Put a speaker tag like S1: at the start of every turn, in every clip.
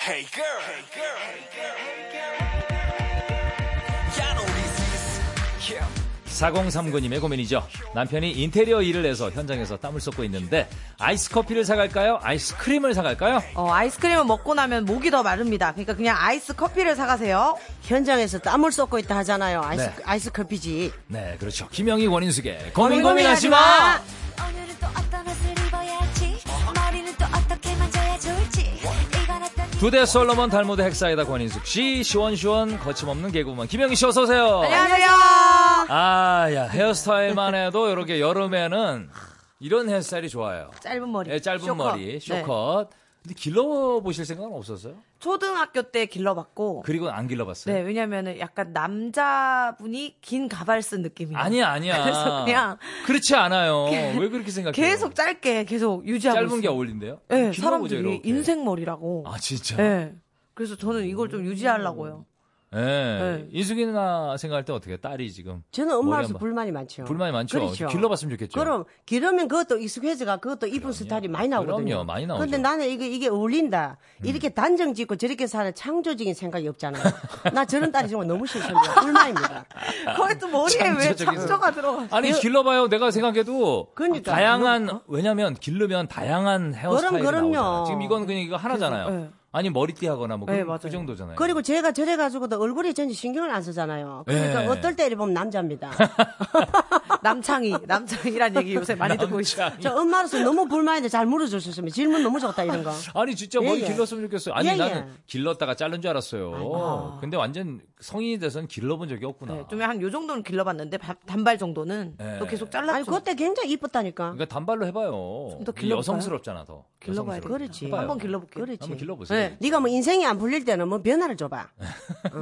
S1: Hey girl, hey girl, hey girl, hey girl. You know this is, yeah.
S2: 4039님의 고민이죠. 남편이 인테리어 일을 해서 현장에서 땀을 쏟고 있는데 아이스 커피를 사갈까요? 아이스크림을 사갈까요?
S3: 어, 아이스크림을 먹고 나면 목이 더 마릅니다. 그러니까 그냥 아이스 커피를 사가세요.
S4: 현장에서 땀을 쏟고 있다 하잖아요. 아이스,
S2: 네.
S4: 아이스 커피지.
S2: 네, 그렇죠. 김영희 원인숙의 고민
S3: 고민하지
S2: 고민하지 마.
S5: 오늘은 또 어떤 옷을 입어야지 머리는 또 어떻게 만져야 좋을지 이건 어떤 일-
S2: 두대 솔로몬 달모드 핵사이다 권인숙 씨 시원시원 거침없는 개그우먼 김영희 씨 어서 오세요.
S3: 안녕하세요.
S2: 아야 헤어스타일만 해도 이렇게 여름에는 이런 헤어스타일이 좋아요.
S3: 짧은 머리.
S2: 예, 짧은
S3: 쇼컷.
S2: 머리
S3: 네.
S2: 쇼컷. 근데 길러 보실 생각은 없었어요?
S3: 초등학교 때 길러봤고.
S2: 그리고 안 길러봤어요?
S3: 네, 왜냐면은 약간 남자분이 긴 가발 쓴 느낌이에요.
S2: 아니야 아니야.
S3: 예. 그래서 그냥
S2: 그렇지 않아요. 왜 그렇게 생각해요?
S3: 계속 짧게 계속 유지하고
S2: 짧은 게
S3: 있어요.
S2: 어울린대요.
S3: 네,
S2: 길러보죠,
S3: 사람들이
S2: 이렇게.
S3: 인생 머리라고.
S2: 아 진짜.
S3: 네. 그래서 저는 이걸 좀 유지하려고요.
S2: 예.
S3: 네.
S2: 인숙이 누나 생각할 때 어떻게 해요? 딸이 지금
S4: 저는 엄마로서
S2: 머리 한번-
S4: 불만이 많죠.
S2: 불만이 많죠.
S4: 그렇죠.
S2: 길러봤으면 좋겠죠.
S4: 그럼 기르면 그것도 익숙해져가 그것도 이쁜 스타일이 많이 나오거든요.
S2: 그럼요, 많이 나오죠. 음.
S4: 근데 나는 이게 이게 어울린다. 이렇게 단정 짓고 저렇게 사는 창조적인 생각이 없잖아요. 나 저런 딸이 정말 너무 싫습니다. 불만입니다.
S2: 음.
S3: 거기 또 머리에 왜
S2: 잠재적인-
S3: 창조가 들어가?
S2: 아니 길러봐요. 내가 생각해도
S4: 그러니까.
S2: 다양한 왜냐면 길르면 다양한 헤어스타일이
S4: 그럼, 그럼요.
S2: 나오잖아요. 지금 이건 그냥 이거 하나잖아요.
S3: 그래서, 네.
S2: 아니 머리띠하거나 뭐 그,
S3: 네,
S2: 그
S3: 맞아요.
S2: 정도잖아요.
S4: 그리고 제가 저래 가지고도 얼굴에 전혀 신경을 안 쓰잖아요. 그러니까
S2: 네.
S4: 어떨 때 보면 남자입니다.
S3: 남창이, 남창이란 얘기 요새 많이 듣고 있어요.
S4: 저 엄마로서 너무 불만인데 잘 물어줬으면 질문 너무 좋다 이런 거.
S2: 아니 진짜 머리
S4: 예, 예.
S2: 길렀으면 좋겠어요. 아니
S4: 예, 예.
S2: 나는 길렀다가 자른 줄 알았어요. 근데 완전 성인이 돼서는 길러본 적이 없구나.
S3: 네, 좀 한 요 정도는 길러봤는데 바- 단발 정도는
S2: 네.
S3: 또 계속
S4: 아니
S3: 잘랐죠.
S4: 그때 굉장히 이뻤다니까.
S2: 그러니까 단발로 해봐요.
S3: 좀더
S2: 이게
S3: 길러볼까요?
S2: 여성스럽잖아 더.
S3: 길러봐야
S2: 여성스럽게.
S4: 그렇지.
S2: 해봐요.
S3: 한번 길러볼게요.
S4: 그렇지.
S2: 한번 길러보세요.
S3: 네.
S4: 네가 뭐 인생이 안 풀릴 때는 뭐 변화를 줘봐.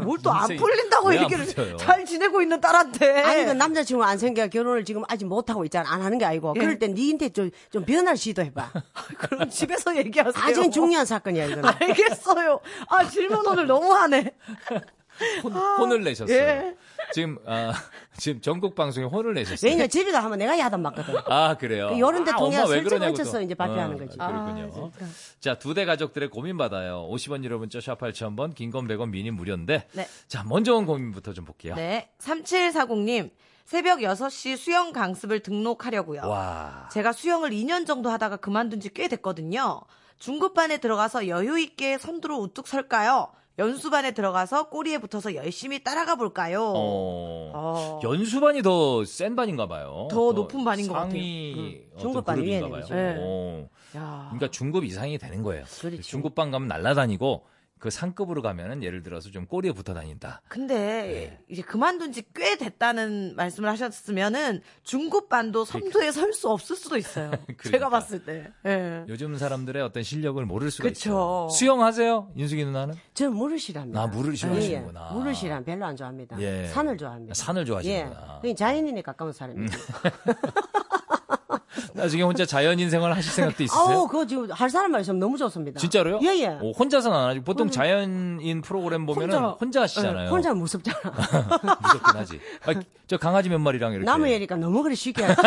S3: 뭘 또 안
S2: 인생이-
S3: 풀린다고
S2: 왜안
S3: 얘기를
S2: 풀려요?
S3: 잘 지내고 있는 딸한테.
S4: 아니 그 남자친구 안 생겨 결혼을 지금 아직 못 하고 있잖아. 안 하는 게 아니고.
S3: 예.
S4: 그럴 땐 니한테 좀, 좀 변화를 시도해봐.
S3: 그럼 집에서 얘기하세요.
S4: 아주 중요한 사건이야 이거는.
S3: 알겠어요. 아 질문 오늘 너무하네.
S2: 혼, 혼을 내셨어요.
S3: 아, 예.
S2: 지금 아, 지금 전국 방송에 혼을 내셨어요.
S4: 왜냐 집에 가면 내가 야단 맞거든.
S2: 아 그래요.
S4: 그 요런 데
S2: 아,
S4: 통해야
S2: 엄마 왜
S4: 슬쩍
S2: 그러냐고
S4: 얹혀서
S2: 또.
S4: 이제 발표하는
S2: 어,
S4: 거지.
S3: 아,
S2: 그렇군요.
S3: 그러니까.
S2: 자 두 대 가족들의 고민 받아요. 50원 유료 문자 샵 8000번 긴건 100원 미니 무료인데.
S3: 네.
S2: 자 먼저 온 고민부터 좀 볼게요.
S3: 네. 3740님 새벽 6시 수영 강습을 등록하려고요.
S2: 와.
S3: 제가 수영을 2년 정도 하다가 그만둔 지 꽤 됐거든요. 중급반에 들어가서 여유 있게 선두로 우뚝 설까요? 연수반에 들어가서 꼬리에 붙어서 열심히 따라가 볼까요?
S2: 어.
S3: 어.
S2: 연수반이 더 센 반인가 봐요.
S3: 더 높은 반인 것 같아요. 음.
S2: 상위 어떤
S4: 중급반
S2: 그룹인가
S4: 위에는
S2: 봐요.
S3: 이제. 네.
S2: 어.
S3: 야.
S2: 그러니까 중급 이상이 되는 거예요.
S4: 그렇죠.
S2: 중급반 가면 날아다니고 그 상급으로 가면은 예를 들어서 좀 꼬리에 붙어 다닌다.
S3: 근데
S2: 네.
S3: 이제 그만둔 지 꽤 됐다는 말씀을 하셨으면은 중급반도 선두에 설 수 없을 수도 있어요. 제가
S2: 그러니까.
S3: 봤을 때. 예.
S2: 요즘 사람들의 어떤 실력을 모를 수가
S3: 그쵸.
S2: 있죠. 수영하세요, 인숙이 누나는?
S4: 저 물을 싫어합니다.
S2: 아, 물을 싫어하시는구나.
S4: 예, 예. 물을 싫어하면 별로 안 좋아합니다.
S2: 예.
S4: 산을 좋아합니다.
S2: 산을 좋아하시는구나. 음,
S4: 예. 그게 자연인에 가까운 사람입니다.
S2: 나중에 혼자 자연인 생활 하실 생각도 있으세요?
S4: 아우 그거 지금 할 사람만 있으면 너무 좋습니다.
S2: 진짜로요?
S4: 예예.
S2: 오, 혼자서는 안 하죠. 보통 자연인 프로그램 보면은 혼자,
S3: 혼자-
S2: 하시잖아요.
S4: 예,
S2: 네.
S4: 혼자 무섭잖아.
S2: 무섭긴 하지. 아, 저 강아지 몇 마리랑 이렇게
S4: 남의 얘기니까 너무 그리 쉽게 하지.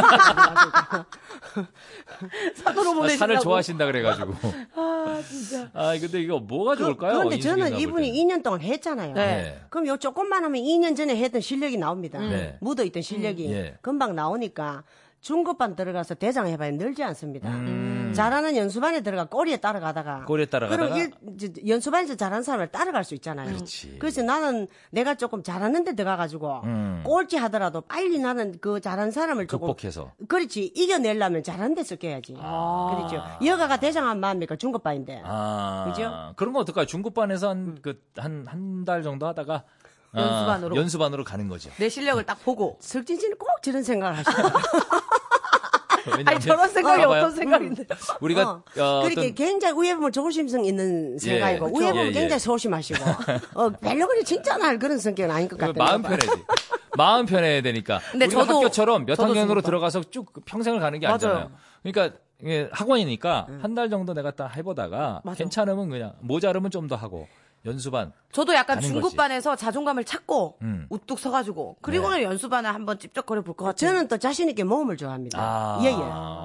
S3: 산으로
S2: 아,
S3: 보내신다고.
S2: 산을 좋아하신다 그래가지고. 아 진짜. 아 근데 이거 뭐가 좋을까요?
S4: 그런데
S2: 인숙이 누나
S4: 저는
S2: 볼
S4: 이분이
S2: 때는?
S4: 2년 동안 했잖아요.
S3: 네.
S4: 그럼 요 조금만 하면 2년 전에 했던 실력이 나옵니다.
S2: 네.
S4: 묻어있던 실력이
S2: 예.
S4: 금방 나오니까 중급반 들어가서 대장 해봐야 늘지 않습니다. 잘하는 연수반에 들어가 꼬리에 따라가다가
S2: 음. 꼬리에 따라가다가?
S4: 그럼 일- 이제 연수반에서 잘하는 사람을 따라갈 수 있잖아요.
S2: 그렇지.
S4: 래서 나는 내가 조금 잘하는 데 들어가가지고 꼴찌 하더라도 빨리 나는 그 잘하는 사람을 조금
S2: 음. 극복해서.
S4: 그렇지 이겨내려면 잘하는 데서 껴야지. 그렇죠. 여가가 대장한 마음이니까 중급반인데.
S2: 아.
S4: 그죠?
S2: 그런 거 어떨까요? 중급반에서 한 그 한 한 달 정도 하다가 아,
S3: 연수반으로.
S2: 연수반으로 가는 거죠.
S3: 내 실력을 딱 보고.
S4: 석진 씨는 꼭 저런 생각을 하시죠.
S2: 왜냐면
S3: 아니 저런 생각이
S2: 봐봐요. 음.
S3: 어떤 그러니까 생각인데.
S2: 우리가
S4: 어.
S2: 어,
S4: 그렇게
S2: 어떤
S4: 굉장히 우애범을 조심성 있는 생각이고
S2: 그렇죠.
S4: 우애범은
S2: 예, 예.
S4: 굉장히 소심하시고 어, 별로 그리 칭찬할 그런 성격은 아닌 것 같아요.
S2: 마음 편해지. 마음 편해야 되니까.
S3: 근데
S2: 우리가
S3: 저도-
S2: 학교처럼 몇
S3: 저도
S2: 학년으로
S3: 중급반.
S2: 들어가서 쭉 평생을 가는 게
S3: 맞아요. 네.
S2: 아니잖아요. 그러니까 이게 학원이니까 한 달 정도 내가 딱 해보다가
S3: 맞아.
S2: 괜찮으면 그냥 모자르면 좀 더 하고 연수반.
S3: 저도 약간
S2: 가는
S3: 중급반에서 자존감을 찾고
S2: 음. 네.
S3: 우뚝 서가지고 그리고는 연수반에 한번 찝쩍거려 볼 것 같아요.
S4: 저는 또 자신 있게 모험을 좋아합니다.
S2: 그렇죠. 아,
S4: 예,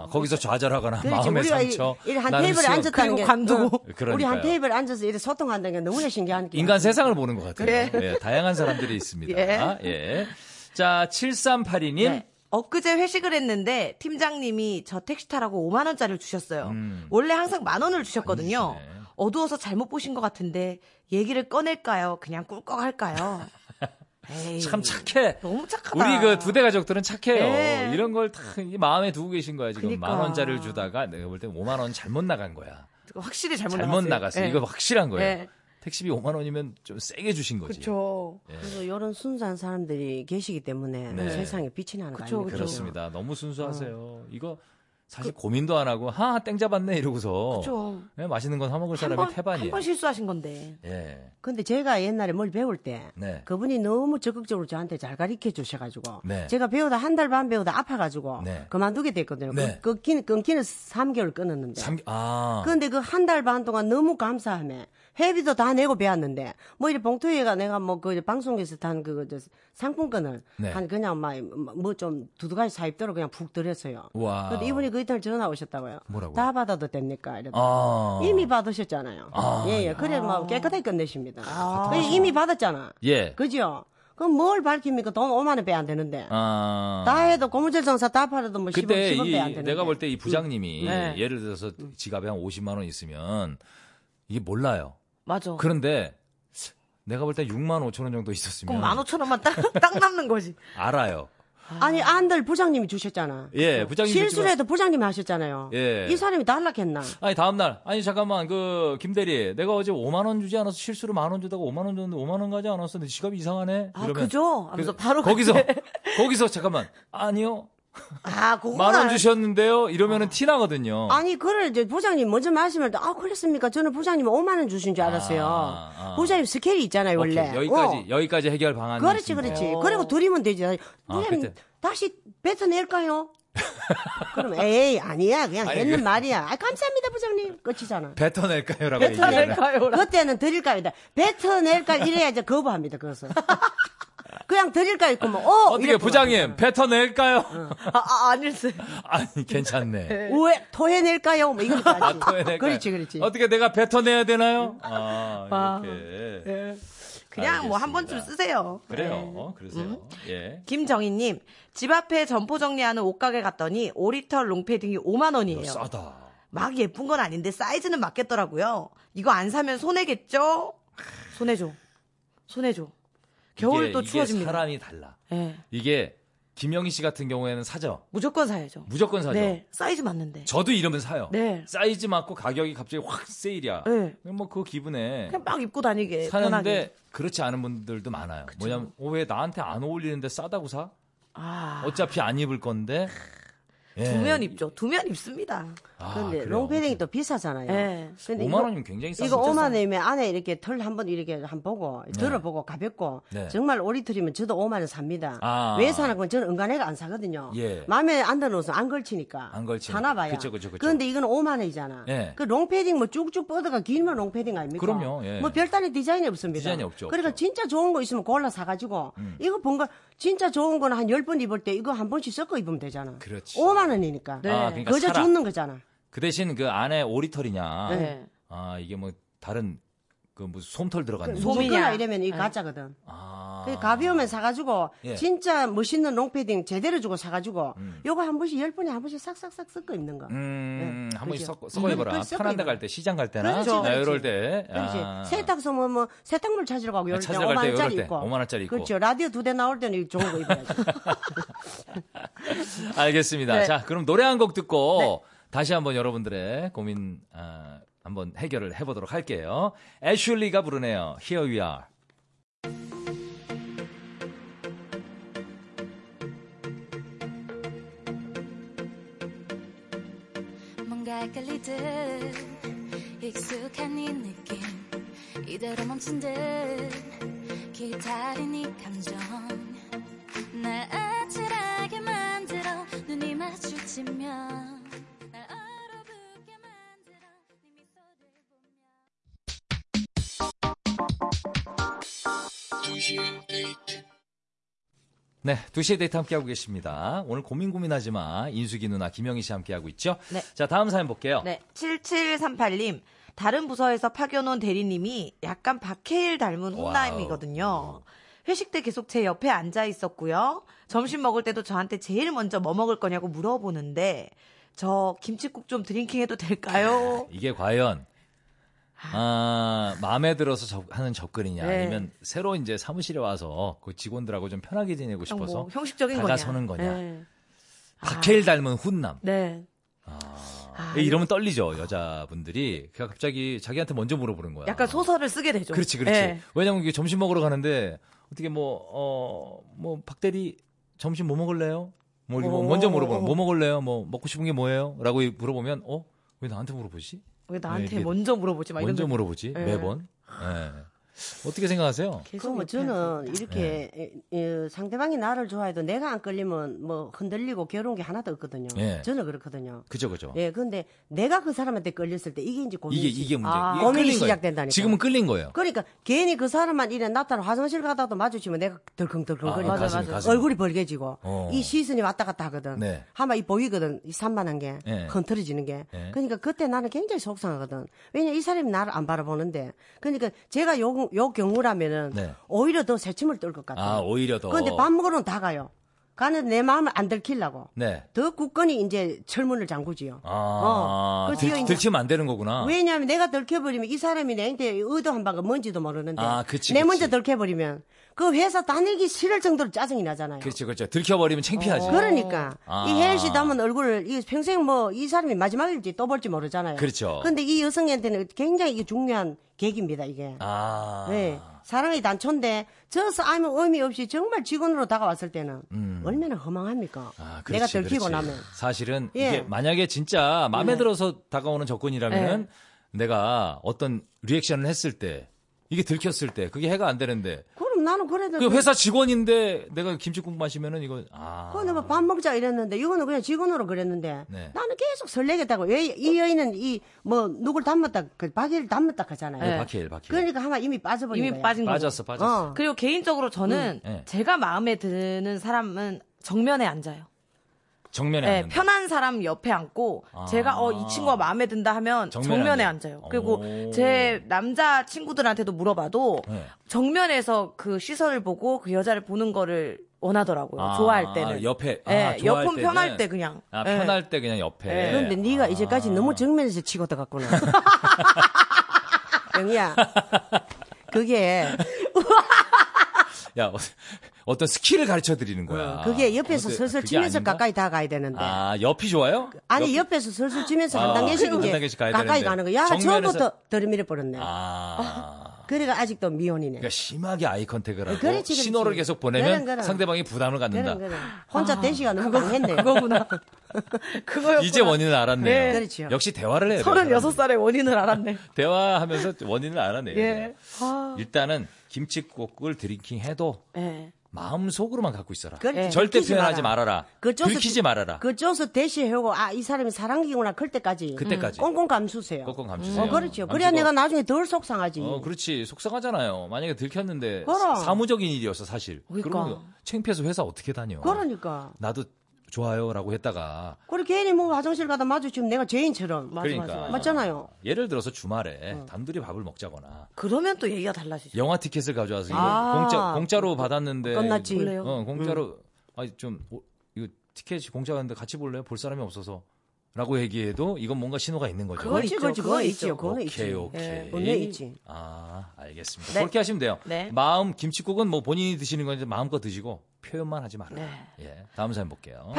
S4: 예.
S2: 거기서 좌절하거나
S4: 그렇지.
S2: 마음의
S4: 우리가 이-
S2: 상처.
S4: 이한
S2: 나는
S4: 테이블에
S2: 수영.
S4: 앉았다는 게
S3: 그리고 관두고.
S4: 어, 우리
S2: 그러니까요.
S4: 한 테이블에 앉아서 이렇게 소통한다는 게 너무나 신기한 게
S2: 인간 세상을 보는 것 같아요. 예, 다양한 사람들이 있습니다. 예.
S3: 예.
S2: 자, 7382님.
S3: 네. 엊그제 회식을 했는데 팀장님이 저 택시 타라고 5만 원짜리를 주셨어요.
S2: 음.
S3: 원래 항상 만 원을 주셨거든요.
S2: 많이 주시네.
S3: 어두워서 잘못 보신 것 같은데 얘기를 꺼낼까요? 그냥 꿀꺽 할까요? 에이,
S2: 참 착해.
S3: 예. 너무 착하다.
S2: 우리 그 두 대 가족들은 착해요.
S3: 네.
S2: 이런 걸 다 마음에 두고 계신 거야 지금
S3: 그러니까.
S2: 만 원짜리를 주다가 내가 볼 때 5만 원 잘못 나간 거야.
S3: 확실히 잘못,
S2: 잘못
S3: 나갔어요.
S2: 나갔어.
S3: 예.
S2: 이거 확실한 거예요.
S3: 네.
S2: 택시비 5만 원이면 좀 세게 주신 거지.
S3: 그쵸.
S2: 예,
S4: 그래서 이런 순수한 사람들이 계시기 때문에
S2: 네.
S4: 세상에 빛이 나는 거
S3: 그쵸, 어.
S4: 아닙니까?
S3: 그쵸.
S2: 렇습니다 너무 순수하세요. 이거 사실 고민도 안 하고 하, 땡 잡았네 이러고서
S3: 그쵸.
S2: 네, 맛있는 건 사 먹을 사람이
S3: 한번
S2: 태반이에요.
S3: 한번 실수하신 건데.
S2: 예.
S4: 근데 제가 옛날에 뭘 배울 때
S2: 네.
S4: 그분이 너무 적극적으로 저한테 잘 가르쳐 주셔가지고
S2: 네.
S4: 제가 배우다 한 달 반 배우다 아파가지고
S2: 네.
S4: 그만두게 됐거든요.
S2: 네.
S4: 그, 끊기는, 끊기는 3개월 끊었는데.
S2: 삼, 아.
S4: 그런데 그 한 달 반 동안 너무 감사하며 회비도 다 내고 배웠는데 뭐 이래 봉투에가 내가 뭐 그 방송에서 탄그 상품권을
S2: 네.
S4: 한 그냥 막 뭐 좀 두둑하게 사입대로 그냥 푹 들였어요.
S2: 와.
S4: 근데 이분이 그 이틀 전화 오셨다고요.
S2: 뭐라고요?
S4: 다 받아도 됩니까? 이랬다.
S2: 아.
S4: 이미 받으셨잖아요.
S2: 아.
S4: 예, 예. 그래, 뭐, 깨끗하게 끝내십니다. 그래, 이미 받았잖아.
S2: 예.
S4: 그죠? 그럼 뭘 밝힙니까? 돈 5만원 빼 안 되는데.
S2: 아.
S4: 다 해도 고무줄 장사 다 팔아도 뭐 10원,
S2: 그때
S4: 1 0
S2: 이
S4: 빼안 되는데. 음.
S2: 내가 볼 때 이 부장님이
S3: 네.
S2: 예를 들어서 지갑에 한 50만 원 있으면 이게 몰라요.
S3: 맞아.
S4: 어.
S2: 그런데 내가 볼 때 6만 5천 원 정도 있었으면
S3: 그럼 15,000원만 딱, 딱 남는 거지.
S2: 알아요.
S4: 아니, 안들 부장님이 주셨잖아.
S2: 예, 부장님
S4: 어, 실수를
S2: 그렇지만-
S4: 해도 부장님이 하셨잖아요.
S2: 예.
S4: 이 사람이 달락했나?
S2: 아니 다음 날 아니 잠깐만 그 김대리 내가 어제 5만 원 주지 않아서 실수로 만 원 주다가 5만 원 줬는데 5만 원 가지 않았어. 내 지갑이 이상하네.
S3: 아,
S2: 이러면
S3: 그죠? 하면서 바로
S2: 거기서
S3: 그때-
S2: 거기서 잠깐만 아니요
S3: 아, 그거
S2: 만 원 주셨는데요 이러면은 티 나거든요.
S4: 아. 아니, 그걸 이제 부장님 먼저 말씀을, 또, 아, 그랬습니까? 저는 부장님 5만원 주신 줄 알았어요.
S2: 아, 아.
S4: 부장님 스케일이 있잖아요,
S2: 오케이,
S4: 원래.
S2: 여기까지
S4: 어.
S2: 여기까지 해결 방안이
S4: 그렇지,
S2: 있습니다.
S4: 그렇지. 그리고 드리면 되죠. 부장님,
S2: 아, 그때.
S4: 다시 뱉어낼까요? 그럼, 에이, 아니야. 그냥
S2: 아니,
S4: 했는
S2: 그-
S4: 말이야. 아, 감사합니다, 부장님. 끝이잖아.
S2: 뱉어낼까요라고 얘기하는
S3: 뱉어낼까요? 라-
S4: 그때는 드릴까요? 이다. 뱉어낼까요? 이래야 이제 거부합니다, 그것은. 그냥 드릴까요? 그러면, 어!
S2: 어떻게
S4: 이랬구나.
S2: 부장님 뱉어낼까요?
S3: 아, 아, 아닐세.
S2: 아니 괜찮네.
S4: 왜 토해낼까요? 뭐 이런 거
S2: 아,
S4: 아니지.
S2: 토해낼까요?
S4: 그렇지, 그렇지.
S2: 어떻게 내가 뱉어내야 되나요? 아 이렇게
S3: 네. 그냥 뭐 한 번쯤
S2: 알겠습니다.
S3: 쓰세요. 네.
S2: 그래요. 그러세요. 예.
S3: 김정희님, 집 앞에 점포 정리하는 옷가게 갔더니 5리터 롱패딩이 5만 원이에요.
S2: 싸다.
S3: 막 예쁜 건 아닌데 사이즈는 맞겠더라고요. 이거 안 사면 손해겠죠? 손해줘. 손해줘. 겨울
S2: 이게-
S3: 또
S2: 이게
S3: 추워집니다.
S2: 사람이 달라.
S3: 예.
S2: 이게 김영희 씨 같은 경우에는 사죠.
S3: 무조건 사야죠.
S2: 무조건 사죠.
S3: 네. 사이즈 맞는데.
S2: 저도 이러면 사요.
S3: 네.
S2: 사이즈 맞고 가격이 갑자기 확 세일이야.
S3: 네.
S2: 뭐 그 기분에
S3: 그냥 막 입고 다니게. 편하게.
S2: 사는데 그렇지 않은 분들도 많아요. 뭐냐면 어, 왜 나한테 안 어울리는데 싸다고 사?
S3: 아.
S2: 어차피 안 입을 건데. 예.
S3: 두면 입죠. 두면 입습니다.
S2: 아,
S4: 근데
S2: 그래요.
S4: 롱패딩이 또 비싸잖아요.
S3: 예.
S4: 근데
S2: 5만
S4: 이거-
S2: 원이면 굉장히 싸죠.
S4: 이거 5만 원이면 안에 이렇게 털 한번 이렇게 한 보고 들어보고 가볍고
S2: 네.
S4: 정말 오리 털이면 저도 5만 원 삽니다.
S2: 아.
S4: 왜 사는 건 저는 은간해가 안 사거든요.
S2: 예.
S4: 마음에 안 드는 옷은 안 걸치니까.
S2: 안 걸치니까.
S4: 사나 봐야.
S2: 그쵸, 그쵸, 그쵸.
S4: 그런데 이건 5만 원이잖아.
S2: 예.
S4: 그 롱패딩 뭐 쭉쭉 뻗어가 길면 롱패딩 아닙니까?
S2: 그럼요, 예.
S4: 뭐 별다른 디자인이 없습니다.
S2: 디자인이 없죠, 음.
S4: 그러니까
S2: 없죠.
S4: 진짜 좋은 거 있으면 골라 사가지고 이거 본 거 진짜 좋은 거는 한 10번 입을 때 이거 한 번씩 섞어 입으면 되잖아.
S2: 그렇지.
S4: 5만 원이니까.
S2: 네. 아, 그러니까
S4: 그저
S2: 사라.
S4: 죽는 거잖아.
S2: 그 대신 그 안에 오리털이냐.
S3: 네.
S2: 아 이게 뭐 다른 그 뭐 솜털 들어간. 는
S3: 솜- 솜이냐.
S4: 무조건 이러면 이 가짜거든.
S2: 아.
S4: 그 가벼우면 사가지고
S2: 예.
S4: 진짜 멋있는 롱패딩 제대로 주고 사가지고 요거 한 번씩 열 번에 한 번씩 싹싹싹 섞어 입는 거.
S2: 음,
S4: 네,
S2: 한 번씩
S4: 그죠.
S2: 섞어, 섞어 입어라.
S4: 음, 섞어
S2: 편한 데
S4: 입어라.
S2: 갈 때, 시장 갈 때나,
S4: 그렇지,
S2: 나
S4: 그렇지.
S2: 이럴 때.
S4: 그렇지.
S2: 아. 네,
S4: 세탁소 뭐, 뭐 세탁물 찾으러 가고 이럴 때
S2: 찾으러 갈때
S4: 5만
S2: 이럴
S4: 원짜리
S2: 때
S4: 입고.
S2: 5만 원짜리 입고.
S4: 그렇죠. 라디오 두 대 나올 때는 이거 좋은 거 입어야지.
S2: 알겠습니다.
S3: 네.
S2: 자, 그럼 노래 한 곡 듣고 다시 한번 여러분들의 고민 아, 한번 해결을 해보도록 할게요. 애슐리가 부르네요. Here we are.
S5: 뭔가 끌리듯 익숙한 이 느낌 이대로 멈춘 듯 기다린 이 감정 날 아찔하게 만들어 눈이 마주치면 날 얼어붙게 만들어 네 미소를 보며
S2: 네, 2시에 데이트 함께하고 계십니다. 오늘 고민 고민하지 마. 인숙이 누나, 김영희 씨 함께하고 있죠?
S3: 네.
S2: 자, 다음 사연 볼게요.
S3: 네, 7738님. 다른 부서에서 파견온 대리님이 약간 박해일 닮은
S2: 와우.
S3: 혼남이거든요. 회식 때 계속 제 옆에 앉아 있었고요. 점심 먹을 때도 저한테 제일 먼저 뭐 먹을 거냐고 물어보는데 저 김치국 좀 드링킹 해도 될까요?
S2: 아, 이게 과연, 아, 마음에 들어서 접- 하는 접근이냐,
S3: 네.
S2: 아니면 새로 이제 사무실에 와서 그 직원들하고 좀 편하게 지내고
S3: 그냥
S2: 싶어서
S3: 뭐 형식적인 거냐.
S2: 다가서는 거냐.
S3: 네.
S2: 박해일 닮은 훈남.
S3: 네.
S2: 아, 이러면 떨리죠, 여자분들이. 그냥 갑자기 자기한테 먼저 물어보는 거야.
S3: 약간 소설을 쓰게
S2: 아.
S3: 되죠.
S2: 그렇지, 그렇지.
S4: 예.
S3: 네.
S2: 왜냐면 이게 점심 먹으러 가는데 어떻게 뭐, 어, 뭐, 박대리 점심 뭐 먹을래요? 뭐, 이렇게 뭐
S3: 오.
S2: 먼저 물어보는 거. 뭐 먹을래요? 뭐, 먹고 싶은 게 뭐예요? 라고 물어보면, 어? 왜 나한테 물어보지?
S3: 왜 나한테
S2: 네, 이게
S3: 먼저 물어보지? 막
S2: 먼저
S3: 이런
S2: 물어보지?
S3: 예.
S2: 매번? 예. 어떻게 생각하세요?
S3: 계속
S4: 그럼
S3: 옆에
S4: 뭐 저는 이렇게
S2: 예.
S4: 에, 에, 상대방이 나를 좋아해도 내가 안 끌리면 뭐 흔들리고 괴로운 게 하나도 없거든요.
S2: 예.
S4: 저는 그렇거든요.
S2: 그죠, 그죠.
S4: 예, 근데 내가 그 사람한테 끌렸을 때 이게 이제 고민이
S2: 이게, 이게 문제.
S3: 아,
S2: 이게
S4: 고민이
S2: 끌린 거예요.
S4: 시작된다니까요.
S2: 지금은 끌린 거예요.
S4: 그러니까 괜히 그 사람만 이래 나타나 화장실 가다도 마주치면 내가 덜컹덜컹거리고
S2: 아, 가슴, 가슴.
S4: 얼굴이 벌개지고
S2: 어.
S4: 이 시선이 왔다 갔다 하거든.
S2: 네.
S4: 아마 이 보이거든. 이 산만한 게
S2: 예.
S4: 흔들어지는 게.
S2: 예.
S4: 그러니까 그때 나는 굉장히 속상하거든. 왜냐 이 사람이 나를 안 바라보는데. 그러니까 제가 요, 요 경우라면은
S2: 네.
S4: 오히려 더 새침을 떨 것 같아.
S2: 아, 오히려 더.
S4: 그런데 밥 먹으러는 다 가요. 가는데 내 마음을 안 들키려고.
S2: 네.
S4: 더 굳건히 이제 철문을 잠그지요.
S2: 아,
S4: 어. 그치요,
S2: 들,
S4: 이제.
S2: 들키면 안 되는 거구나.
S4: 왜냐하면 내가 덜켜버리면 이 사람이 내한테 의도한 바가 뭔지도 모르는데
S2: 아, 그치,
S4: 내
S2: 그치.
S4: 먼저 덜켜버리면 그 회사 다니기 싫을 정도로 짜증이 나잖아요.
S2: 그렇죠, 그렇죠.
S4: 어.
S2: 들켜버리면 창피하지.
S4: 러니까
S2: 아.
S4: 이 혜연 씨 닮은 얼굴을 이 평생 뭐 이 사람이 마지막일지 또 볼지 모르잖아요.
S2: 그렇죠.
S4: 근데 이 여성한테는 굉장히 이게 중요한 계기입니다 이게.
S2: 아.
S4: 네. 사랑의 단초인데 저 싸움은 의미 없이 정말 직원으로 다가왔을 때는 얼마나 허망합니까?
S2: 음. 아,
S4: 내가
S2: 그렇지,
S4: 들키고
S2: 그렇지.
S4: 나면
S2: 사실은
S4: 예.
S2: 이게 만약에 진짜 마음에 들어서 다가오는 접근이라면
S4: 예.
S2: 내가 어떤 리액션을 했을 때 이게 들켰을 때 그게 해가 안 되는데
S4: 그럼 나는 그래도
S2: 그 회사 직원인데 내가 김치국 마시면은 이거 아
S4: 그거는 뭐 밥 먹자 이랬는데 이거는 그냥 직원으로 그랬는데
S2: 네.
S4: 나는 계속 설레겠다고 왜 이 여인은 이 뭐 누굴 닮았다 그 박일 닮았다 하잖아요.
S2: 네, 박해일 박해일
S4: 그러니까 아마 이미 빠져버린
S3: 이미
S4: 거야.
S3: 빠진 거죠.
S2: 빠졌어 빠졌어
S4: 어.
S3: 그리고 개인적으로 저는
S2: 음, 예.
S3: 제가 마음에 드는 사람은 정면에 앉아요.
S2: 정면에
S3: 예,
S2: 앉는다.
S3: 편한 사람 옆에 앉고
S2: 아.
S3: 제가 어 이 친구가 마음에 든다 하면
S2: 정면에
S3: 정면에,
S2: 앉아요.
S3: 앉아요. 그리고
S2: 오.
S3: 제 남자 친구들한테도 물어봐도
S2: 네.
S3: 정면에서 그 시선을 보고 그 여자를 보는 거를 원하더라고요.
S4: 뭐,
S2: 아,
S3: 좋아할 때는
S2: 옆에 아,
S3: 예,
S2: 좋아할
S3: 옆은
S2: 때는.
S3: 편할 때 그냥
S2: 아
S3: 예.
S2: 편할 때 그냥 옆에
S4: 그런데 네가
S2: 아.
S4: 이제까지 너무 정면에서 치고 들어갔구나. 영희야, 그게
S2: 야 어, 떤 스킬을 가르쳐 드리는 거야
S4: 예,
S2: 어,
S4: 그게 옆에서
S2: 근데
S4: 슬슬
S2: 아, 그게
S4: 치면서
S2: 아닌가?
S4: 가까이 다가야 되는데.
S2: 아 옆이 좋아요
S4: 아니 옆에서 슬슬 치면서
S2: 아,
S4: 한 단계씩
S2: 한
S4: 이제
S2: 단계씩 가야
S4: 가까이
S2: 되는데.
S4: 가는 거야.
S2: 정면에서-
S4: 처음부터 들이밀어 버렸네. 어.
S2: 아
S4: 그래가 아직도 미혼이네.
S2: 그러니까 심하게 아이 컨택을 하고
S4: 그렇지, 그렇지.
S2: 신호를 계속 보내면
S4: 그럼, 그럼.
S2: 상대방이 부담을 갖는다.
S4: 그러니까 그래, 그래. 혼자 대시가 너무 강했네.
S3: 아. 그거구나. 그거였구나.
S2: 이제 원인을 알았네요.
S3: 네.
S4: 그렇죠.
S2: 역시 대화를 해야 돼요.
S3: 36살의 원인을 알았네.
S2: 사람들은. 대화하면서 원인을 알아내요.
S3: 예. 아.
S2: 일단은 김치국을 드링킹 해도
S3: 예.
S2: 마음 속으로만 갖고 있어라. 네.
S4: 그렇지.
S2: 절대
S4: 들키지
S2: 표현하지
S4: 마라.
S2: 말아라.
S4: 그 쪼스-
S2: 들키지 말아라.
S4: 그 쪼서 대시해오고 아 이 사람이 사랑이구나 클 때까지 음.
S2: 그때까지.
S4: 꽁꽁 감수세요.
S2: 꽁꽁 감추세요. 음.
S4: 어, 그렇죠. 그래야
S2: 감추고.
S4: 내가 나중에 덜 속상하지.
S2: 어, 그렇지. 속상하잖아요. 만약에 들켰는데
S4: 그럼.
S2: 사무적인 일이었어, 사실.
S3: 그러니까.
S2: 그러면 창피해서 회사 어떻게 다녀?
S4: 그러니까.
S2: 나도 좋아요라고 했다가
S4: 그리고 괜히 뭐 화장실 가다 마주치면 내가 죄인처럼
S3: 맞아,
S2: 그러니까.
S3: 맞아. 맞아.
S4: 맞잖아요.
S2: 예를 들어서 주말에 단둘이 밥을 먹자거나
S3: 그러면 또 얘기가 달라지죠.
S2: 영화 티켓을 가져와서 이거
S4: 아.
S2: 공짜 공짜로 받았는데
S4: 끝났지.
S2: 이거-
S3: 몰래요? 음.
S2: 어 공짜로 아니 좀 어, 이거 티켓이 공짜였는데 같이 볼래요? 볼 사람이 없어서. 라고 얘기해도 이건 뭔가 신호가 있는 거죠.
S3: 그거
S4: 그렇지,
S3: 있죠,
S4: 그렇지.
S3: 그거
S4: 그거
S3: 있죠.
S4: 있죠. 그거
S2: 오케이,
S4: 있죠.
S2: 오케이.
S3: 예,
S4: 그건 있지.
S2: 아, 알겠습니다.
S3: 네.
S2: 그렇게 하시면 돼요.
S3: 네.
S2: 마음 김치국은 뭐 본인이 드시는 건 이제 마음껏 드시고 표현만 하지 말아요.
S3: 네.
S2: 예. 다음 사연 볼게요.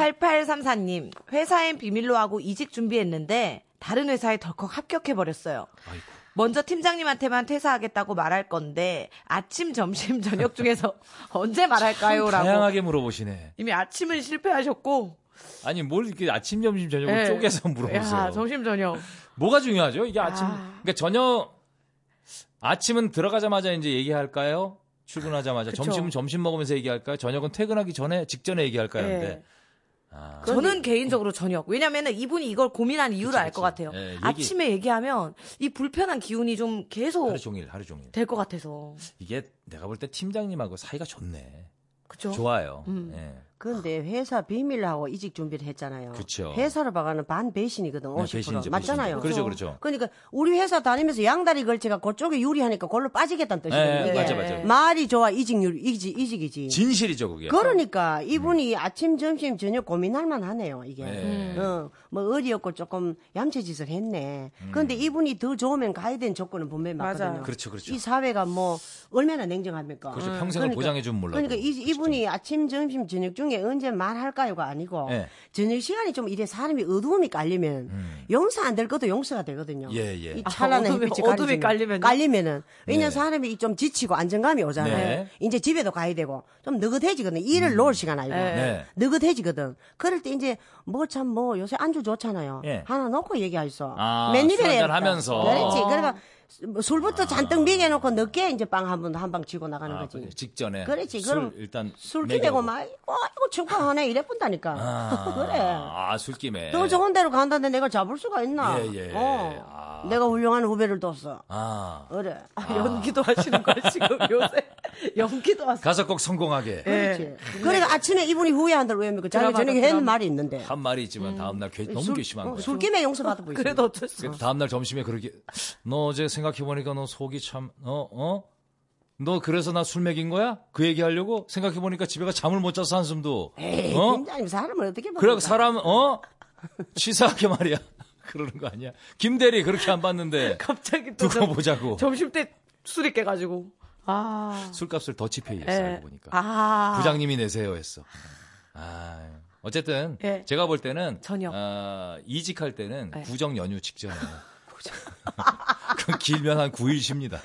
S3: 8834님, 회사엔 비밀로 하고 이직 준비했는데 다른 회사에 덜컥 합격해버렸어요.
S2: 아이고.
S3: 먼저 팀장님한테만 퇴사하겠다고 말할 건데 아침, 점심, 저녁 중에서 언제 말할까요? 라고.
S2: 다양하게 물어보시네.
S3: 이미 아침은 실패하셨고.
S2: 아니 뭘 이렇게 아침 점심 저녁을
S3: 예.
S2: 쪼개서 물어보세요.
S3: 야, 점심, 저녁.
S2: 뭐가 중요하죠? 이게 아침
S3: 아.
S2: 그러니까 저녁 아침은 들어가자마자 이제 얘기할까요? 출근하자마자
S3: 그쵸.
S2: 점심은 점심 먹으면서 얘기할까요? 저녁은 퇴근하기 전에 직전에 얘기할까요? 근데
S3: 예. 저는 개인적으로 전혀. 왜냐면은 이분이 이걸 고민한 이유를 알 것 같아요.
S2: 예, 얘기-
S3: 아침에 얘기하면 이 불편한 기운이 좀 계속
S2: 하루 종일 하루 종일.
S3: 될 것 같아서.
S2: 이게 내가 볼 때 팀장님하고 사이가 좋네.
S3: 그죠?
S2: 좋아요.
S3: 음.
S2: 예.
S4: 그런데 회사 비밀하고 이직 준비를 했잖아요.
S2: 그쵸. 네,
S4: 회사로 봐가는 반 배신이거든. 50%.
S2: 배신이죠,
S4: 맞잖아요.
S2: 배신이죠. 그렇죠, 그렇죠.
S4: 그러니까 우리 회사 다니면서 양다리 걸치가 그쪽에 유리하니까 그걸로 빠지겠다는
S2: 예,
S4: 뜻이거든요.
S2: 예,
S4: 이게.
S2: 맞아 맞아.
S4: 말이 좋아 이직률 이직 이직이지.
S2: 진실이죠 그게.
S4: 그러니까
S2: 음.
S4: 이분이 아침 점심 저녁 고민할 만하네요 이게.
S2: 예.
S4: 어, 뭐 어리었고 조금 얌체 짓을 했네. 그런데 이분이 더 좋으면 가야 되는 조건은 분명히
S3: 맞아요.
S4: 맞거든요.
S2: 음. 그렇죠, 그렇죠.
S4: 이 사회가 뭐 얼마나 냉정합니까?
S2: 그렇죠. 평생을 보장해 주면 몰라도.
S4: 아,
S2: 그렇죠.
S4: 그러니까 이, 이분이 아침, 점심, 저녁 중에 언제 말할까요가 아니고
S2: 예.
S4: 저녁 시간이 좀 이래 사람이 어두움이 깔리면 용서 안 될 것도 용서가 되거든요.
S2: 음. 예, 예.
S4: 이 찬란한
S3: 아, 어둠이-
S4: 햇빛이
S3: 어둠이
S4: 가리지면-
S3: 깔리면요?
S4: 깔리면은 왜냐
S2: 네.
S4: 면 사람이 좀 지치고 안정감이 오잖아요.
S2: 네. 음.
S4: 이제 집에도 가야 되고 좀 느긋해지거든. 일을 놓을 시간 아니고
S2: 네.
S4: 느긋해지거든. 그럴 때 이제 뭐 참 뭐 요새 안주 좋잖아요.
S2: 예.
S4: 하나 놓고 얘기하있어.
S2: 아, 술
S4: 맨입에
S2: 한잔 하면서.
S4: 그렇지. 그러니까 뭐 술부터 잔뜩 먹여놓고 늦게 이제 빵 한 번 한 방 치고 나가는
S2: 아,
S4: 거지.
S2: 직전에
S4: 그렇지.
S2: 술
S4: 그럼
S2: 일단
S4: 술
S2: 먹이고.
S4: 기대고 막 이거 이거 축하하네 이래 본다니까.
S2: 아,
S4: 그래.
S2: 아, 술김에.
S4: 또 좋은 데로 간다는데 내가 잡을 수가 있나?
S2: 예, 예.
S4: 어.
S2: 아.
S4: 내가 훌륭한 후배를 뒀어.
S2: 아.
S4: 그래.
S3: 아, 연기도 하시는 거예요, 지금 요새. 연기도 하세요.
S2: 가서 꼭 성공하게.
S4: 그렇지. 그러니까 아침에 이분이 후회한다고 왜입니까? 자기
S3: 드라마도
S4: 저녁에
S3: 드라마.
S4: 했는 말이 있는데.
S2: 한 말이 있지만 다음날 괴, 너무 괘씸한 거예요.
S4: 예. 술김에 어, 용서받아 보이지.
S3: 그래도 어쩔 수 없어.
S2: 다음날 점심에 그렇게 너 어제 생각해보니까 너 속이 참 어 어? 너 그래서 나 술 먹인 거야? 그 얘기하려고 생각해보니까 집에가 잠을 못 자서 한숨도
S4: 에이,
S2: 어?
S4: 팀장님 사람을 어떻게 봐.
S2: 그래 사람 어? 치사하게 말이야 그러는 거 아니야 김대리 그렇게 안 봤는데
S3: 갑자기 또
S2: 두고 보자고
S3: 점심 때 술이 깨가지고. 아. 예.
S2: 술값을 더치페이 했어 알고 보니까
S3: 아.
S2: 부장님이 내세요 했어 아 어쨌든
S3: 예.
S2: 제가 볼 때는
S3: 저녁.
S2: 어, 이직할 때는
S3: 예.
S2: 구정 연휴 직전에 그 길면 한 9일 쉽니다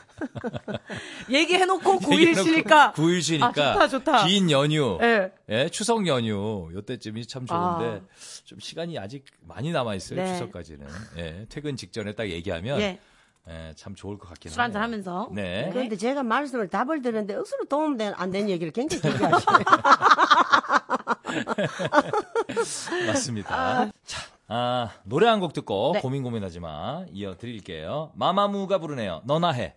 S3: 얘기해놓고 9일 쉬니까.
S2: 9일 쉬니까.
S3: 아, 좋다, 좋다.
S2: 긴 연휴.
S3: 예.
S2: 예, 추석 연휴. 요때쯤이 참 좋은데,
S3: 아.
S2: 좀 시간이 아직 많이 남아있어요,
S3: 네.
S2: 추석까지는. 예, 퇴근 직전에 딱 얘기하면,
S3: 예.
S2: 예, 참 좋을 것 같긴 해요.
S3: 술 한잔 하면서.
S2: 네.
S4: 그런데 제가 말씀을 답을 드는데 억수로 도움 안된 얘기를 굉장히 길게 하시네.
S2: 맞습니다. 자, 아, 노래 한 곡 듣고
S3: 네.
S2: 고민 고민하지 마. 이어드릴게요. 마마무가 부르네요. 너나 해.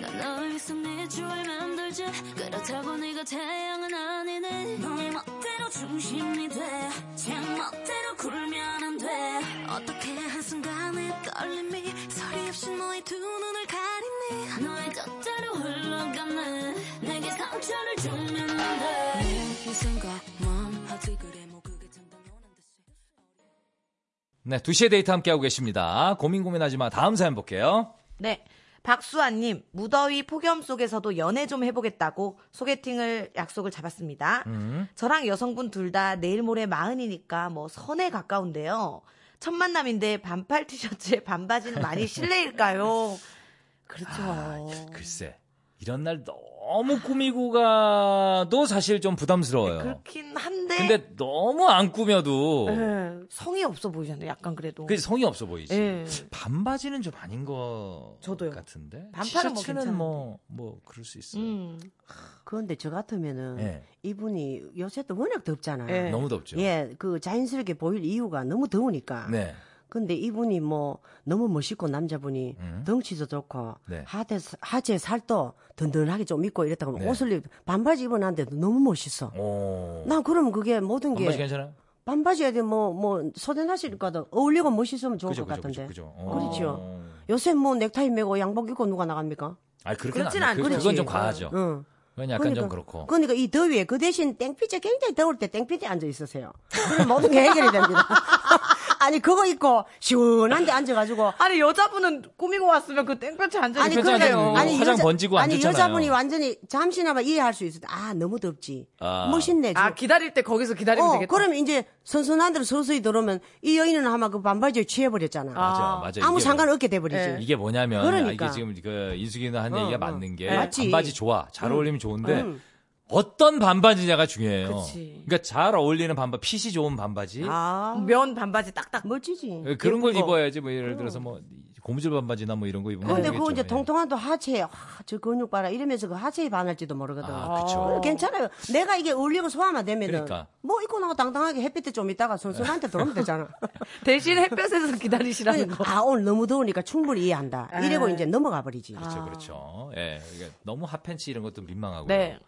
S5: 난 너의 손에 주얼 만들지 그렇다고 네가 태양은 아니네 너의 멋대로 중심이 돼제 멋대로 굴면 안 돼 어떻게 한순간에 떨림이 소리 없이 너의 두 눈을 가리니 너의 뜻대로 흘러가네 내게 상처를 주면 안돼이 생각만 하지 그래 뭐 그게 참 당연한 듯이
S2: 네, 2시에 데이트 함께하고 계십니다. 고민 고민하지 마. 다음 사연 볼게요.
S3: 네. 박수아님, 무더위 폭염 속에서도 연애 좀 해보겠다고 소개팅을 약속을 잡았습니다.
S2: 음.
S3: 저랑 여성분 둘 다 내일 모레 마흔이니까 뭐 선에 가까운데요. 첫 만남인데 반팔 티셔츠에 반바지는 많이 실례일까요? 그렇죠.
S2: 아, 글쎄. 이런 날 너무 꾸미고 가도 사실 좀 부담스러워요.
S3: 네, 그렇긴 한데
S2: 근데 너무 안 꾸며도
S3: 예, 성의 없어 보이잖아요. 약간 그래도.
S2: 그 성의 없어 보이지.
S3: 예.
S2: 반바지는 좀 아닌 거
S3: 저도요.
S2: 같은데.
S3: 반팔은 뭐
S2: 티셔츠는
S3: 괜찮은데.
S2: 뭐, 뭐 그럴 수 있어요.
S3: 음.
S4: 그런데 저 같으면은
S2: 예.
S4: 이분이 요새 또 워낙 덥잖아.
S3: 예.
S2: 너무 덥죠.
S4: 예, 그 자연스럽게 보일 이유가 너무 더우니까.
S2: 네.
S4: 근데 이분이 뭐 너무 멋있고 남자분이 덩치도 좋고
S2: 음. 네.
S4: 하대 하체 살도 든든하게 좀 입고 이랬다 그러면
S2: 네.
S4: 옷을 입 반바지 입어놨는데도 너무 멋있어.
S2: 오.
S4: 난 그럼 그게 모든 게
S2: 반바지 괜찮아요?
S4: 반바지에 뭐 뭐 소재나시니까도 어울리고 멋있으면 좋을
S2: 그죠,
S4: 것
S2: 그죠, 그죠,
S4: 같은데.
S2: 그죠. 어.
S4: 그렇죠. 요새 뭐 넥타이 메고 양복 입고 누가 나갑니까?
S2: 아, 그렇긴
S3: 그렇진
S2: 않- 그-
S3: 않죠.
S2: 그건 좀 과하죠.
S4: 응.
S2: 그건 약간 좀 그렇고.
S4: 어. 그러니까 이 더위에 그 대신 땡볕에 굉장히 더울 때 땡볕에 앉아 있으세요. 그럼 모든 게 해결이 됩니다. 아니 그거 입고 시원한데 앉아가지고
S3: 아니 여자분은 꾸미고 왔으면 그 땡볕에 앉아
S4: 아니
S2: 괜찮아요.
S4: 그러니까요. 아니
S2: 뭐 화장 번지고
S4: 아니
S2: 앉았잖아요.
S4: 여자분이 완전히 잠시나마 이해할 수 있어. 아 너무 덥지.
S2: 아.
S4: 멋있네. 지금.
S3: 아 기다릴 때 거기서 기다리면
S4: 어,
S3: 되겠다.
S4: 그럼 이제 선선한 대로 서서히 들어오면 이 여인은 아마 그 반바지에 취해버렸잖아. 아.
S2: 맞아, 맞아.
S4: 무
S2: 이게
S4: 상관 없게 돼버리지.
S3: 네.
S2: 뭐- 이게 뭐냐면 아, 이게
S4: 네. 그러니까.
S2: 지금 그 인숙이나 한
S4: 어,
S2: 얘기가
S4: 어.
S2: 맞는 게
S4: 네. 맞지.
S2: 반바지 좋아 잘 어울리면 좋은데
S4: 음.
S2: 어떤 반바지냐가 중요해요.
S3: 그치.
S2: 러니까잘 어울리는 반바 핏이 좋은 반바지
S4: 아
S3: 면 반바지 딱딱
S4: 멋지지.
S2: 그런 걸
S3: 예쁜 거.
S2: 입어야지 뭐 예를 들어서 뭐 고무줄 반바지나 뭐 이런 거 입으면
S4: 근데 네, 그거
S2: 되겠죠.
S4: 이제
S2: 예.
S4: 통통한 또 하체에 와 저 근육 봐라 이러면서 그 하체에 반할지도 모르거든.
S2: 아, 그쵸.
S4: 그래, 괜찮아요. 내가 이게 울리고 소화만 되면은
S2: 그러니까.
S4: 뭐 입고 나고 당당하게 햇빛에 좀 있다가 선수한테 들어오면 되잖아.
S3: 대신
S2: 음.
S3: 햇볕에서 기다리시라는 거.
S4: 아 오늘 너무 더우니까 충분히 이해한다. 이러고
S3: 아.
S4: 이제 넘어가 버리지.
S2: 그렇죠, 그렇죠. 예, 이게 너무 핫팬츠 이런 것도 민망하고.
S3: 네.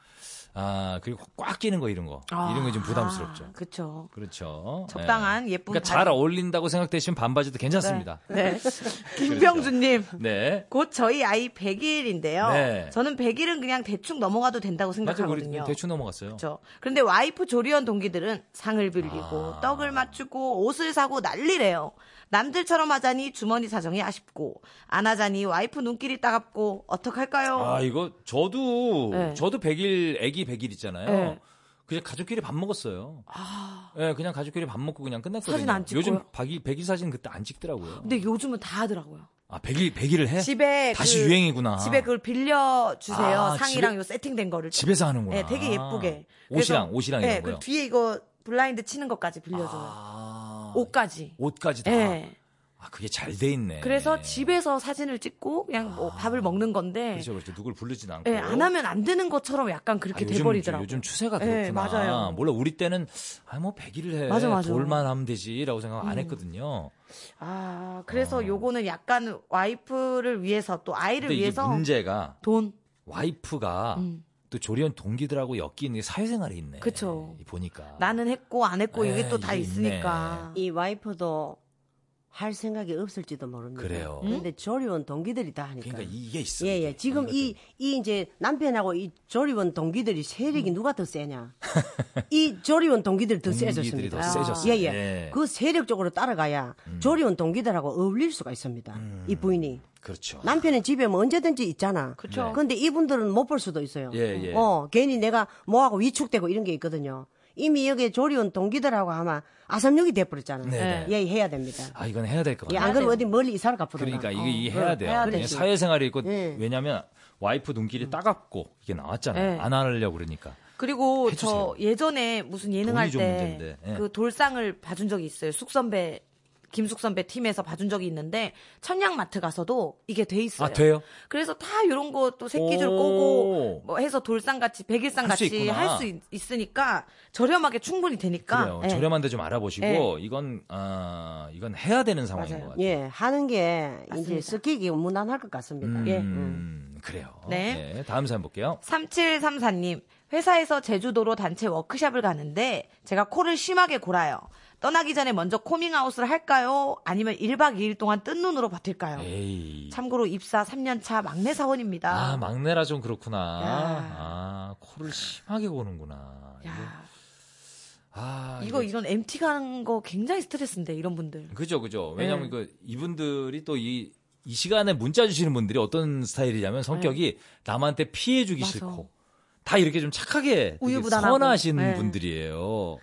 S2: 아 그리고 꽉 끼는 거 이런 거 이런 게 좀
S4: 아,
S2: 부담스럽죠.
S3: 그렇죠.
S2: 그렇죠.
S3: 적당한
S2: 예.
S3: 예쁜
S2: 그러니까
S3: 바지.
S2: 잘 어울린다고 생각되시면 반바지도 괜찮습니다.
S3: 네. 김병준님.
S2: 네.
S3: 곧 저희 아이 100일인데요.
S2: 네.
S3: 저는 100일은 그냥 대충 넘어가도 된다고
S2: 맞아요.
S3: 생각하거든요.
S2: 우리 대충 넘어갔어요.
S3: 그렇죠. 그런데 와이프 조리원 동기들은 상을 빌리고
S2: 아.
S3: 떡을 맞추고 옷을 사고 난리래요. 남들처럼 하자니 주머니 사정이 아쉽고 안 하자니 와이프 눈길이 따갑고 어떡할까요?
S2: 아, 이거 저도
S3: 네.
S2: 저도 100일 아기 100일 있잖아요.
S3: 네. 아.
S2: 그냥 가족끼리 밥 먹었어요. 예, 그냥 가족끼리 밥 먹고 그냥 끝났거든요.
S3: 사진 안 찍고요?
S2: 요즘 100일, 100일 사진 그때 안 찍더라고요.
S3: 근데 요즘은 다 하더라고요.
S2: 아, 100일 100일을 해?
S3: 집에
S2: 다시
S3: 그-
S2: 유행이구나.
S3: 집에 그걸 빌려 주세요.
S2: 아,
S3: 상이랑
S2: 집에-
S3: 요 세팅된 거를.
S2: 집에서 하는구나. 아,
S3: 네, 되게 예쁘게.
S2: 옷이랑,
S3: 그래서-
S2: 옷이랑
S3: 네,
S2: 이런 거요?
S3: 그 뒤에 이거 블라인드 치는 것까지 빌려줘요.
S2: 아,
S3: 옷까지.
S2: 옷까지 다.
S3: 네.
S2: 아, 그게 잘 돼 있네. 아.
S3: 그래서 집에서 사진을 찍고 그냥 뭐 밥을 먹는 건데
S2: 그렇죠, 그렇죠. 누굴 부르진 않고.
S3: 예, 안 하면 안 되는 것처럼 약간
S2: 어? 아,
S3: 그렇게
S2: 요즘,
S3: 돼버리더라고요.
S2: 요즘 추세가
S3: 네,
S2: 그렇구나.
S3: 맞아요.
S2: 몰라 우리 때는 아뭐 100일을 해.
S3: 맞아, 음. 맞아.
S2: 돌만 하면 되지라고 생각 안 했거든요.
S3: 아, 그래서 요거는 약간 와이프를 위해서 또 아이를
S2: 근데 이게
S3: 위해서
S2: 문제가
S3: 돈.
S2: 와이프가 또 조리원 동기들하고 엮이는 게 사회생활이 있네.
S3: 그쵸.
S2: 이 보니까.
S3: 나는 했고 안 했고 이게
S2: 에,
S3: 또 다
S2: 아, 이게 있네.
S3: 있으니까.
S4: 이 와이프도 할 생각이 없을지도 모릅니다. 음?
S2: 그래요.
S4: 근데 조리원 동기들이 다 하니까.
S2: 그러니까 이게 있어.
S4: 예, 예.
S2: 이게.
S4: 지금 이, 이 이제 남편하고 이 조리원 동기들이 세력이 누가 더 세냐? 이 조리원 동기들이 더
S2: 동기들이
S4: 세졌습니다.
S2: 더 세졌어요.
S4: 예, 예.
S2: 예. 음.
S4: 그 세력적으로 따라가야 조리원 동기들하고 어울릴 수가 있습니다. 이 부인이.
S2: 그렇죠.
S4: 남편은 집에 뭐 언제든지 있잖아.
S3: 그쵸. 네.
S4: 근데 이분들은 못 볼 수도 있어요.
S2: 예, 예.
S4: 어, 괜히 내가 뭐하고 위축되고 이런 게 있거든요. 이미 여기 조리원 동기들하고 아마 아삼육이 돼버렸잖아요.
S2: 네, 네.
S4: 예, 해야 됩니다.
S2: 아 이건 해야 될 것
S4: 예,
S2: 같아요.
S4: 안 그러면 어디 멀리 이사를 가보든가.
S2: 그러니까 이게 이
S3: 어,
S2: 해야 돼요.
S4: 해야
S2: 왜냐면
S4: 되지.
S2: 사회생활이 있고
S4: 예.
S2: 왜냐면 와이프 눈길이 따갑고 이게 나왔잖아요.
S3: 음. 예.
S2: 안 하려고 그러니까.
S3: 그리고
S2: 해주세요.
S3: 저 예전에 무슨 예능할
S2: 돈이 좀
S3: 때 그
S2: 문제인데, 예.
S3: 돌상을 봐준 적이 있어요. 숙선배 김숙 선배 팀에서 봐준 적이 있는데 천양마트 가서도 이게 돼 있어요.
S2: 아, 돼요?
S3: 그래서 다 이런 거 또 새끼줄
S2: 오.
S3: 꼬고 뭐 해서 돌상 같이 백일상
S2: 할수
S3: 같이
S2: 있구나.
S3: 할 수 있으니까 저렴하게 충분히 되니까.
S2: 그래요.
S3: 예.
S2: 저렴한데 좀 알아보시고 이건 아 이건 해야 되는 상황인
S3: 맞아요.
S2: 것 같아요.
S4: 예, 하는 게
S3: 맞습니다.
S4: 이제 스키기 무난할 것 같습니다.
S2: 음,
S3: 예.
S2: 그래요.
S3: 네.
S2: 예, 다음 사연 볼게요.
S3: 3734님, 회사에서 제주도로 단체 워크샵을 가는데 제가 코를 심하게 골아요. 떠나기 전에 먼저 코밍아웃을 할까요? 아니면 1박 2일 동안 뜬 눈으로 버틸까요?
S2: 에이.
S3: 참고로 입사 3년차 막내 사원입니다.
S2: 아, 막내라 좀 그렇구나.
S3: 야.
S2: 아, 코를 심하게 고는구나. 이거-
S3: 야,
S2: 아,
S3: 이거
S2: 이거- 아,
S3: 이런 MT 가는 거 굉장히 스트레스인데 이런 분들.
S2: 그죠, 그죠.
S3: 네.
S2: 왜냐면 그 이분들이 또 이 이 시간에 문자 주시는 분들이 어떤 스타일이냐면 성격이 남한테 피해 주기
S3: 네. 맞아.
S2: 싫고 다 이렇게 좀 착하게 되게
S3: 우유부단하고.
S2: 선하신
S3: 네.
S2: 분들이에요.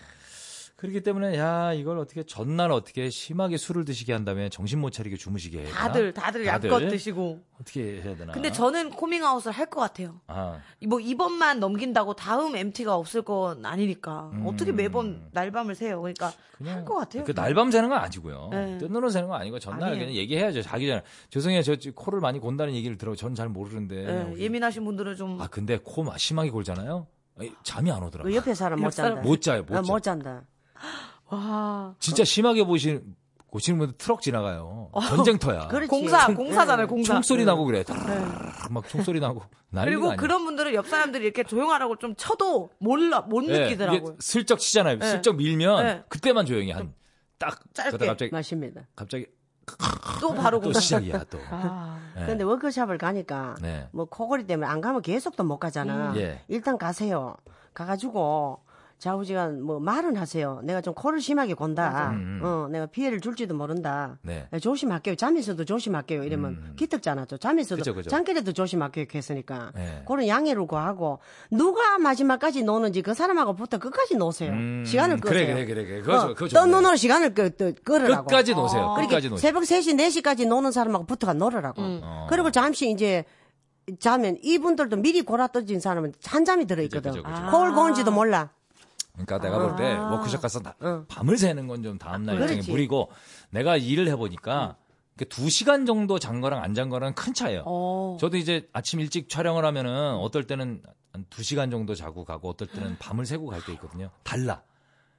S2: 그렇기 때문에 야 이걸 어떻게 전날 어떻게 심하게 술을 드시게 한 다음에 정신 못 차리게 주무시게 해야 되나?
S3: 다들 다들 약껏 드시고.
S2: 어떻게 해야 되나?
S3: 근데 저는 코밍아웃을 할 것 같아요.
S2: 아,
S3: 뭐 이번만 넘긴다고 다음 MT가 없을 건 아니니까 어떻게 매번 날밤을 새요? 그러니까 할 것 같아요.
S2: 음. 그 날밤 새는 건 아니고요.
S3: 네.
S2: 뜬눈으로 새는 건 아니고 전날
S3: 아니에요.
S2: 그냥 얘기해야죠. 자기 전에 죄송해요. 저 지금 코를 많이 곤다는 얘기를 들어. 저는 잘 모르는데.
S3: 예,
S2: 그냥
S3: 예민하신 분들은 좀
S2: 아 근데 코 마- 심하게 골잖아요. 에이, 잠이 안 오더라고.
S4: 그 옆에 사람 못 잔다.
S2: 못 자요. 못
S4: 어,
S2: 자.
S3: 아, 뭐
S4: 못 잔다.
S3: 와.
S2: 진짜 심하게 보시는 보시는 분들 트럭 지나가요.
S3: 어.
S2: 전쟁터야.
S4: 그렇지. 네.
S3: 공사 공사잖아요 공사 네.
S2: 총소리 나고 그래.
S4: 아,
S2: 다르르르 막 총소리 나고 난리가
S3: 음. 그리고
S2: 아니야.
S3: 그런 분들은 옆 사람들이 이렇게 조용하라고 좀 쳐도 몰라 못
S4: 네,
S2: 예,
S3: 느끼더라고요
S2: 이게 슬쩍 치잖아요. 슬쩍 밀면
S3: 예.
S2: 그때만 조용히 한 딱
S3: 짧게.
S2: 그러다 갑자기
S4: 맞습니다.
S2: 갑자기
S3: 또 바로
S2: 또
S3: 공사.
S2: 시작이야 또.
S3: 아,
S2: 예.
S4: 근데 워크숍을 가니까
S2: 네.
S4: 뭐 코골이 때문에 안 가면 계속 또 못 가잖아.
S2: 음. 예.
S4: 일단 가세요. 가가지고 좌우지간 뭐 말은 하세요. 내가 좀 코를 심하게 곤다. 어, 내가 피해를 줄지도 모른다.
S2: 음, 네. 음.
S4: 네, 조심할게요. 잠에서도 조심할게요. 이러면 기특잖아. 또 잠에서도
S2: 그죠, 그죠.
S4: 잠길에도 조심할게요. 이렇게 했으니까
S2: 예.
S4: 그런 양해를 구하고 누가 마지막까지 노는지 그 사람하고 부터 끝까지 노세요.
S2: 음,
S4: 시간을
S2: 그래,
S4: 끄세요.
S2: 그래, 그래, 그래.
S3: 어,
S2: 그거 좋- 그거 좋네.
S4: 떤 노는 시간을 끄, 끄, 끌으라고.
S2: 끝까지 노세요.
S4: 어. 그렇게
S2: 끝까지 노세요.
S4: 새벽 3시, 4시까지 노는 사람하고 붙어가 놀으라고. 그리고 잠시 이제 자면 이분들도 미리 골아떨어진 사람은 한잠이 들어있거든.
S2: 그죠, 그죠, 그죠.
S4: 거울 고는지도 몰라.
S2: 그러니까 내가 볼 때 워크숍 가서 나- 밤을 새는 건 좀 다음날 일정에
S4: 아. 그렇지.
S2: 무리고 내가 일을 해보니까 그두 시간 정도 잔 거랑 안 잔 거랑 큰 차이예요.
S3: 어.
S2: 저도 이제 아침 일찍 촬영을 하면은 어떨 때는 한 2시간 정도 자고 가고 어떨 때는 밤을 새고 갈 때 있거든요. 달라.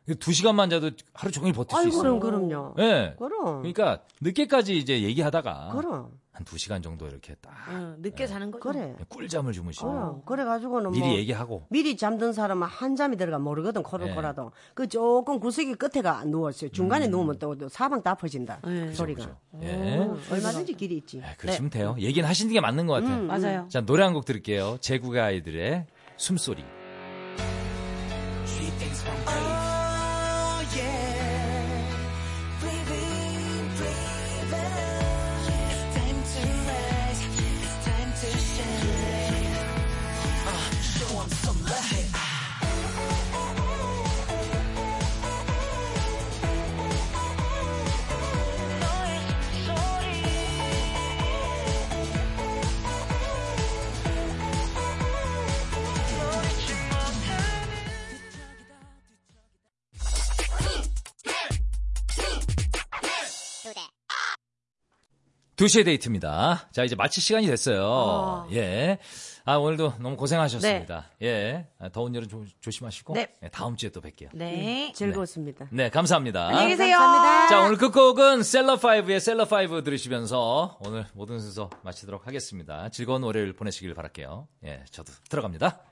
S2: 그 2시간만 자도 하루 종일 버틸 수
S4: 아이
S2: 있어요.
S4: 그럼 그럼요.
S2: 예.
S4: 그럼.
S2: 그러니까 늦게까지 이제 얘기하다가
S4: 그럼.
S2: 한 2시간 정도 이렇게 딱
S3: 응, 늦게 자는 거죠.
S4: 그래.
S2: 꿀잠을 주무시고
S4: 그럼. 그래
S2: 음.
S4: 가지고는
S2: 어. 미리
S4: 뭐
S2: 얘기하고
S4: 미리 잠든 사람은 한 잠이 들어가 모르거든 코를
S2: 네.
S4: 코라도 그 조금 구석이 끝에가 안 누웠어요 중간에 누우면 또, 또 사방 다 퍼진다
S3: 네.
S4: 소리가
S2: 음.
S4: 어, 네.
S2: 그죠? 예.
S4: 얼마든지 길이 있지
S2: 예, 그러시면 돼요. 얘기는 하시는 게 맞는 것 같아요.
S4: 음,
S3: 맞아요.
S2: 자, 노래 한 곡 들을게요. 제국의 아이들의 숨소리.
S1: She thinks I'm brave. Oh yeah. Breathing, breathing. It's time to rise. It's time to shine. Uh, show 'em some love.
S2: 두시의 데이트입니다. 자, 이제 마칠 시간이 됐어요. 예. 아, 오늘도 너무 고생하셨습니다. 예. 아, 더운 여름 조, 조심하시고.
S3: 네.
S2: 예, 다음 주에 또 뵐게요.
S4: 음.
S3: 네.
S4: 즐거웠습니다
S2: 네, 감사합니다.
S3: 안녕히 계세요.
S4: 아, 감사합니다.
S2: 자, 오늘 끝곡은 셀러5의 셀러5 들으시면서 오늘 모든 순서 마치도록 하겠습니다. 즐거운 월요일 보내시길 바랄게요. 예, 저도 들어갑니다.